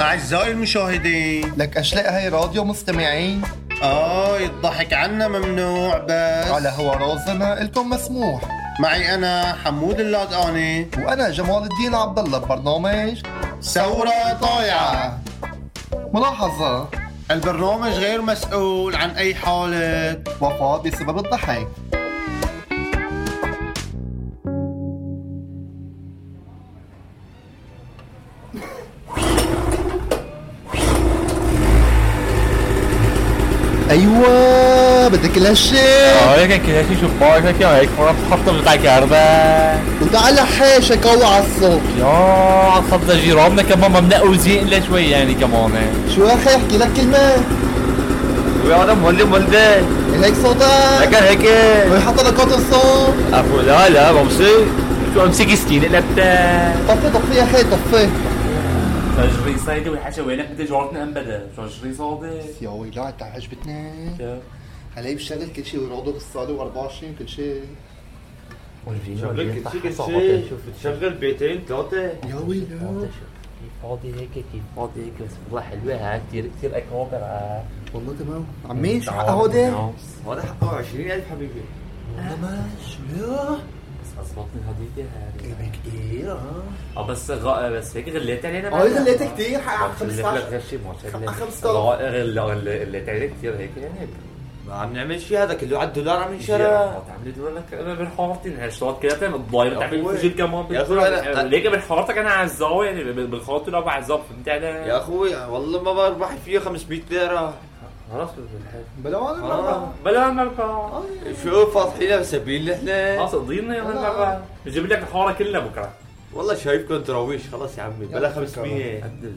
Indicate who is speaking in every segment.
Speaker 1: أعزائي المشاهدين
Speaker 2: لك أشلاء هاي راديو مستمعين
Speaker 1: آه الضحك عنا ممنوع بس
Speaker 2: على هوا رازنا إلكم مسموح
Speaker 1: معي أنا حمود اللادقاني
Speaker 2: وأنا جمال الدين عبد الله ببرنامج
Speaker 1: ثورة طايعة
Speaker 2: ملاحظة
Speaker 1: البرنامج غير مسؤول عن أي حالة
Speaker 2: وفاة بسبب الضحك ايوه بدك كل هالشيء
Speaker 3: آه،
Speaker 4: آره كان كده شي شوفار كده كده هيك مرة تخطر بتاع كهرباء
Speaker 2: وتعال حاشك هو على الصوت
Speaker 4: يا خطة جيراننا كمان ممنوع وزين إلا شوي يعني كمان
Speaker 2: شو يا اخي احكي لك كلمه
Speaker 4: ويا أنا مولي مولي
Speaker 2: هيك صوتك
Speaker 4: كان هيك
Speaker 2: ويحط لك قطع الصوت
Speaker 4: أفو لا لا بمشي شو أمسك ستين إلا بتاع
Speaker 2: طفي طفي يا اخي طفي
Speaker 5: 20 صيدة والحشواني حتى جارتنا أم بدا 20 صيدة
Speaker 2: يا ويلي تعال عجبتني هلا بشغل كل شيء ورادو بالصاله و24 كل شيء
Speaker 5: شغل بيتين ثلاثة
Speaker 2: يا ويلي
Speaker 5: فاضي هيك كيف فاضي هيك بس والله حلوة ها كثير كثير اكوابر ها
Speaker 2: والله تمام عمي
Speaker 5: نعم.
Speaker 2: شو حقها هودي؟
Speaker 5: هذا حقه 20000 حبيبي
Speaker 2: شو يا؟
Speaker 5: بس اصواتني هذيك ها
Speaker 2: جايبه إيه، كتير اه
Speaker 5: اه بس غ... بس هيك غليت علينا
Speaker 2: اه غليت كتير حق على
Speaker 5: خمس لك
Speaker 2: 15
Speaker 5: غشي ما شاء الله
Speaker 2: خ- خمس
Speaker 5: غ- غل- غل- غليت علينا كثير هيك يعني
Speaker 3: ما عم نعمل شيء هذا كله على الدولار عم ينشرى
Speaker 5: شرا عملت لك انا من حارتي هالشوط كده تعمل الضاير تعمل
Speaker 3: أخوي.
Speaker 5: الفجل كمان يعني
Speaker 3: يا أخوي أنا-
Speaker 5: ليك من حارتك انا عزاوي يعني بالخاطر ابو عزاب فهمت
Speaker 3: يا
Speaker 5: انا
Speaker 3: اخوي والله ما بربح فيه 500 ليره
Speaker 5: خلاص
Speaker 2: بلا
Speaker 3: آه.
Speaker 2: والله
Speaker 5: بلا مرقع
Speaker 3: شو فاضحين سبيل نحن
Speaker 2: آه.
Speaker 5: خلاص ضينا يا مرقع بجيب لك الحاره كلها بكره
Speaker 3: والله شايفكم تراويش خلاص يا عمي بلا 500
Speaker 5: عدل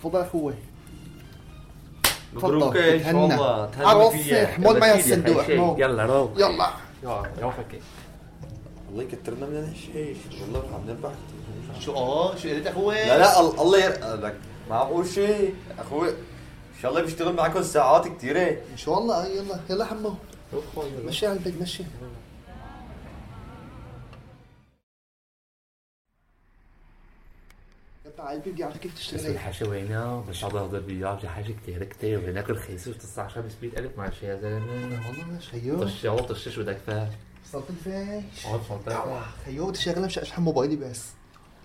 Speaker 2: تفضل اخوي
Speaker 3: مبروك
Speaker 2: تفضل،
Speaker 3: ان شاء
Speaker 2: تهنى.
Speaker 3: الله
Speaker 2: عروس،
Speaker 3: فيا.
Speaker 2: حمود
Speaker 3: يلا
Speaker 2: معي
Speaker 3: سيدي،
Speaker 2: الصندوق،
Speaker 3: هاي شي.
Speaker 2: حمود.
Speaker 3: يلا روح
Speaker 2: يلا
Speaker 5: يوفك
Speaker 3: الله يكترنا من هالشيء والله عم نربح كتير.
Speaker 2: شو اه شو قلت اخوي؟
Speaker 3: لا لا ال- الله يرقى لك معقول شيء اخوي ان شاء الله بيشتغل معكم ساعات كثيره
Speaker 2: ان شاء الله آه، يلا يلا حمو مشي على البيت مشي يلا على البيت يعني كيف
Speaker 5: بس
Speaker 2: تشتغل هيك؟
Speaker 5: الحشوينا مش هقدر اقدر بيلعب شي حاجه كتير كتير هناك رخيصه و 19 ب 100000 مع شي يا زلمه
Speaker 2: والله خيو
Speaker 5: طش يلا طشش بدك فيها
Speaker 2: صوتك فيش
Speaker 5: اقعد فلتر
Speaker 2: خيو تشغلها مش اشحن موبايلي بس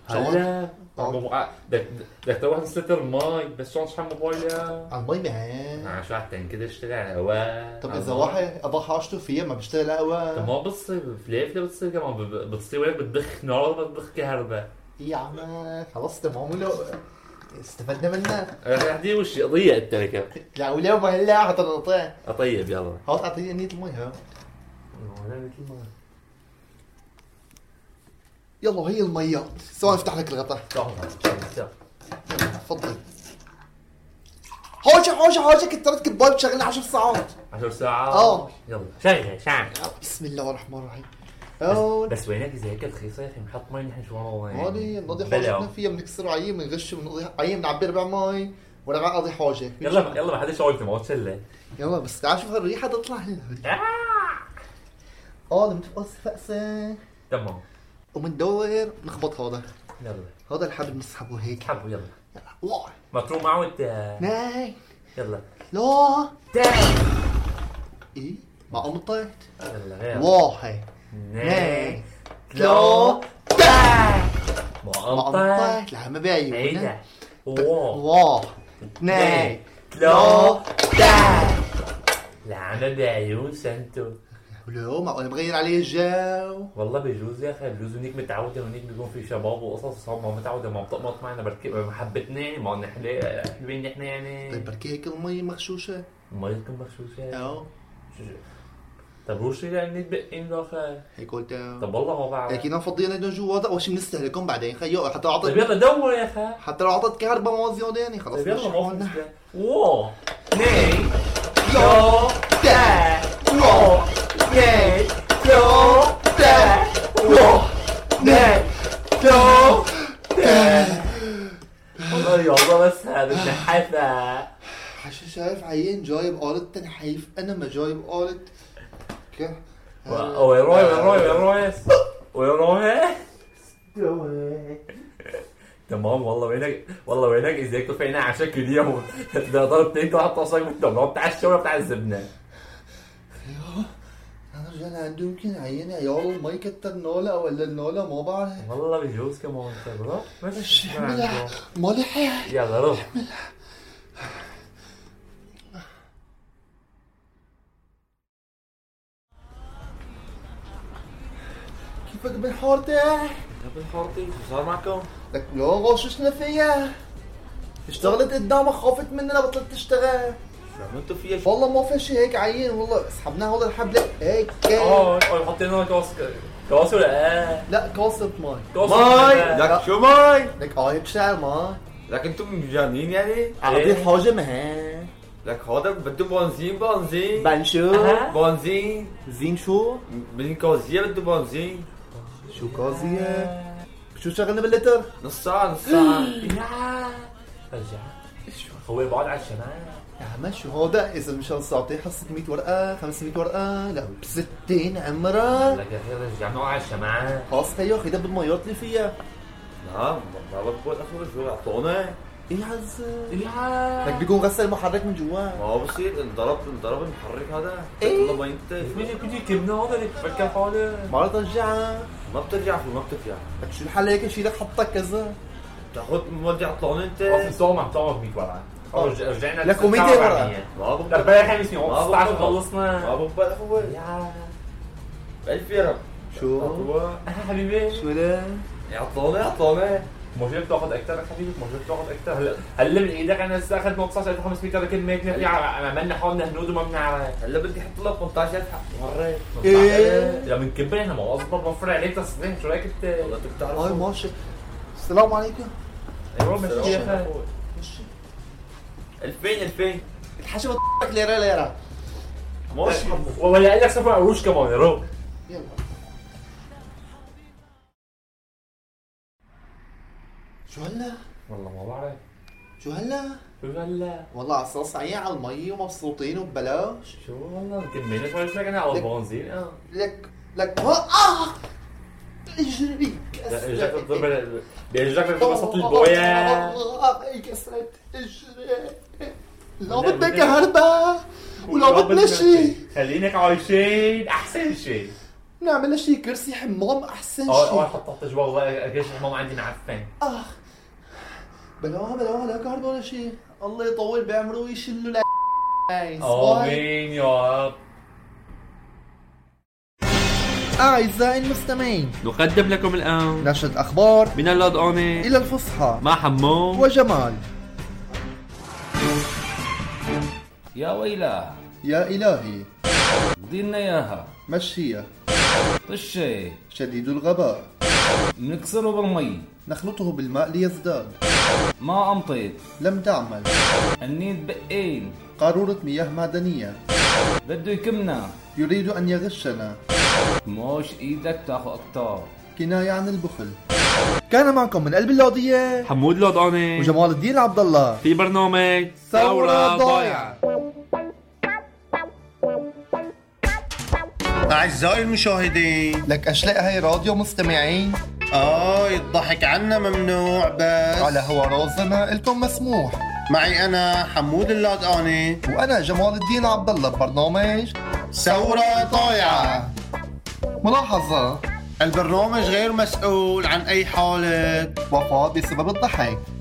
Speaker 5: هلا بدك بدك تروح تستر المي بس شلون تشحن آه، موبايلك؟
Speaker 2: على المي معاه
Speaker 5: مع شحن كده اشتغل على هواء
Speaker 2: طب
Speaker 5: على
Speaker 2: اذا
Speaker 5: المي.
Speaker 2: واحد قضى حاجته فيها ما بيشتغل
Speaker 5: طب
Speaker 2: قهوه
Speaker 5: ما بتصير فليفله بتصير كمان ب- ب- بتصير وين بتضخ نار ولا بتضخ كهرباء
Speaker 2: ايه يا عم خلاص تم عمله استفدنا منها
Speaker 5: هدي وش قضيه التركه
Speaker 2: لا ولا ما هلا حتى نقطع
Speaker 5: طيب يلا
Speaker 2: هات اعطيني نية المي ها
Speaker 5: ولا مثل ما
Speaker 2: يلا وهي المية سوا نفتح لك الغطاء
Speaker 5: تعال.
Speaker 2: تفضل حوشة حوشة حوشة كترت كبايب شغلة 10 ساعات
Speaker 5: 10 ساعات
Speaker 2: آه.
Speaker 5: يلا شغل شعل
Speaker 2: بسم الله الرحمن آه، الرحيم هون
Speaker 5: بس وينك اذا هيك رخيصه يا اخي بنحط مي نحن شو والله
Speaker 2: هوني نقضي حوجتنا فيها بنكسر عيم بنغش بنقضي عيم بنعبي ربع مي ولا بنقضي حوجة
Speaker 5: يلا يلا ما حدا شغلته ما تشلى
Speaker 2: يلا بس تعال شوف الريحة تطلع هنا
Speaker 5: آه.
Speaker 2: اه لما تفقس فقسة
Speaker 5: تمام
Speaker 2: ومندور نخبط هذا
Speaker 5: يلا
Speaker 2: هذا الحبل نسحبه هيك
Speaker 5: حبوا يلا
Speaker 2: يلا واه
Speaker 5: مطروح معه انت
Speaker 2: ناي
Speaker 5: يلا
Speaker 2: لا
Speaker 5: تعال
Speaker 2: ايه ما قمطت
Speaker 5: يلا يلا
Speaker 2: واحد
Speaker 5: اثنين
Speaker 2: اثنين ثلاثة
Speaker 5: ما
Speaker 2: ما
Speaker 5: قمطة
Speaker 2: قمطت لا ما بعيونها
Speaker 5: عيدة واو
Speaker 2: واحد اثنين
Speaker 5: لا
Speaker 2: ثلاثة
Speaker 5: العمى بعيون سنتو
Speaker 2: ولو ما انا بغير عليه الجو
Speaker 5: والله بيجوز يا اخي بيجوز هنيك متعوده هنيك بيكون في شباب وقصص وصحاب ما متعوده ما بتقمط معنا بركي ما حبتنا يعني ما نحن حلوين نحن
Speaker 2: طيب
Speaker 5: يعني
Speaker 2: بركي هيك المي مغشوشة
Speaker 5: ما يكون مغشوشه
Speaker 2: او
Speaker 5: طب روشي لاني تبقين له اخي
Speaker 2: هيك قلت أو.
Speaker 5: طب والله ما بعرف
Speaker 2: لكن انا فضينا هيدا جوا هذا اول شيء بنستهلكهم بعدين خيو حتى لو
Speaker 5: طيب
Speaker 2: اعطت
Speaker 5: يلا دور يا اخي
Speaker 2: حتى لو اعطت كهرباء ما يعني، زياداني خلص
Speaker 5: طيب
Speaker 2: مش
Speaker 5: يلا ما في
Speaker 2: حالنا.
Speaker 5: مشكله واو اثنين
Speaker 2: لا تا لا
Speaker 5: اثنين
Speaker 2: لا تا لا لا لا
Speaker 5: والله يلا بس هذا النحافه
Speaker 2: عشان شايف عيان جايب آلة تنحيف أنا ما جايب آلة ك...
Speaker 5: وين روي وين روي وين روي وين روي تمام والله وينك والله وينك ازيك في عيني على شكل اليوم ده ضرب اتنين واحد طاسه من التمام بتاع الشوربه بتاع الزبنه
Speaker 2: انا رجعنا عنده يمكن عيني عيال المايك التنولة ولا النولة ما بعرف
Speaker 5: والله بجوز كمان طيب، تمام ماشي
Speaker 2: اعملها مالي حياة
Speaker 5: يلا روح
Speaker 2: كيفك بالحوار تاعي
Speaker 3: ابن حارتي شو صار معكم؟
Speaker 2: لك لا غششنا فيها اشتغلت قدامها خافت مننا بطلت تشتغل
Speaker 3: شو عملتوا فيها؟ شو
Speaker 2: والله ما في شيء هيك عين والله سحبناها والله الحبلة هيك
Speaker 5: اه اه حطينا لنا كاس كاس ولا اه
Speaker 2: لا كاسة ماي
Speaker 5: كاس
Speaker 3: ماي لك شو ماي؟
Speaker 2: لك اه هيك شعر ماي
Speaker 3: لك انتم جانين يعني؟
Speaker 2: عربي
Speaker 5: إيه.
Speaker 2: الحاجة مهان
Speaker 3: لك هذا بده بنزين بنزين
Speaker 2: بنشو
Speaker 5: أها.
Speaker 3: بنزين
Speaker 2: زين شو
Speaker 3: من كوزيه بده بنزين
Speaker 2: شو قاضية شو شغلنا باللتر
Speaker 3: نص ساعه نص ساعه
Speaker 5: رجع هو بعد على الشمال
Speaker 2: يا عم شو هذا اذا مشان ساعتين حصلت 100 ورقة 500 ورقة لا ب 60 عمرك
Speaker 5: لك يا اخي رجع نوع على الشمال
Speaker 2: خاص هي خدها بالميات اللي فيها
Speaker 3: نعم ما بقول اخر شو اعطونا
Speaker 2: ايه عز
Speaker 5: يا
Speaker 2: لك بيكون غسل المحرك من جوا
Speaker 3: ما هو بصير انضرب انضرب المحرك هذا
Speaker 2: إيه.
Speaker 3: والله ما ينتج
Speaker 5: بدي بدي كبنه هذا اللي بفكر حاله
Speaker 2: مرة ترجعها
Speaker 3: ما بترجع فيه ما بترجع
Speaker 2: لك شو الحل هيك شي لك حطك كذا
Speaker 3: بتاخذ مولدي عطلان انت
Speaker 5: اصل طعمه طعمه بيك ورقه خلص رجعنا
Speaker 2: لك ومية ورقة.
Speaker 3: ما بقبل
Speaker 5: الاربعاء الخميس يوم
Speaker 3: ما
Speaker 5: 16
Speaker 3: بقبل.
Speaker 5: خلصنا
Speaker 3: ما بقبل اخوي
Speaker 5: يا
Speaker 3: الف يا رب
Speaker 2: شو
Speaker 3: اخوي
Speaker 5: حبيبي
Speaker 2: شو لا
Speaker 3: عطلانه عطلانه
Speaker 5: مجرد بتاخذ اكثر حبيبي مجرد بتاخذ اكثر هلا هلا من ايدك انا لسه اخذت 19500 لكن ما كنا في عملنا حالنا هنود وما بنعرف
Speaker 3: هلا بدي احط لك 15000 حق مرة
Speaker 2: إيه.
Speaker 5: لما نكبر احنا مواظبه بوفر عليك تصريح شو رايك انت؟
Speaker 3: والله انت
Speaker 2: هاي
Speaker 3: بتعرف
Speaker 2: آه، ماشي السلام عليكم
Speaker 5: والله ماشي يا أخي.
Speaker 3: 2000 2000
Speaker 2: الحشمة لك ليرة ليرة
Speaker 3: ماشي
Speaker 5: ولا قال لك سفر قروش كمان يا رو
Speaker 2: يلا شو هلا
Speaker 5: والله ما بعرف
Speaker 2: شو هلا
Speaker 5: شو هلا
Speaker 2: والله عصاص عيا على المي ومبسوطين وببلاش
Speaker 5: شو والله مكملة شو رايك انا على البنزين اه
Speaker 2: لك لك اه اجري
Speaker 5: اجاك الضربة بيرجعك بوسط البويا
Speaker 2: الله كسرت اجري لو بدنا كهرباء ولو بدنا شيء
Speaker 5: خلينك عايشين احسن شيء
Speaker 2: نعمل شيء كرسي حمام احسن
Speaker 5: اه اه
Speaker 2: شيء
Speaker 5: حط تحت جوا والله اكيد حمام عندي معفن
Speaker 2: اخ آه. بلا بلا لا كهرباء ولا شيء الله يطول بعمره ويشلوا لا باي.
Speaker 5: امين يا رب
Speaker 2: اعزائي المستمعين
Speaker 6: نقدم لكم الآن
Speaker 2: نشرة اخبار
Speaker 6: من اللود أوني
Speaker 2: الى الفصحى
Speaker 6: مع حمو
Speaker 2: وجمال
Speaker 6: يا ويلاه
Speaker 2: يا الهي
Speaker 6: ضينا إياها
Speaker 2: مشية
Speaker 6: طشي
Speaker 2: شديد الغباء
Speaker 6: نكسره بالمي
Speaker 2: نخلطه بالماء ليزداد
Speaker 6: ما أمطيت
Speaker 2: لم تعمل
Speaker 6: النيد بقين
Speaker 2: قارورة مياه معدنية
Speaker 6: بده يكمنا
Speaker 2: يريد أن يغشنا
Speaker 6: موش إيدك تاخو أكتر
Speaker 2: كناية عن البخل كان معكم من قلب اللوضية
Speaker 6: حمود لود أوني
Speaker 2: وجمال الدين عبد الله
Speaker 6: في برنامج
Speaker 2: ثورة ضايعة
Speaker 1: أعزائي المشاهدين
Speaker 2: لك أشلاء هاي راديو مستمعين
Speaker 1: آه الضحك عنا ممنوع بس
Speaker 2: على هوا رازنا إلكم مسموح
Speaker 1: معي أنا حمود اللادقاني
Speaker 2: وأنا جمال الدين عبد الله ببرنامج
Speaker 1: ثورة طايعة
Speaker 2: ملاحظة
Speaker 1: البرنامج غير مسؤول عن أي حالة
Speaker 2: وفاة بسبب الضحك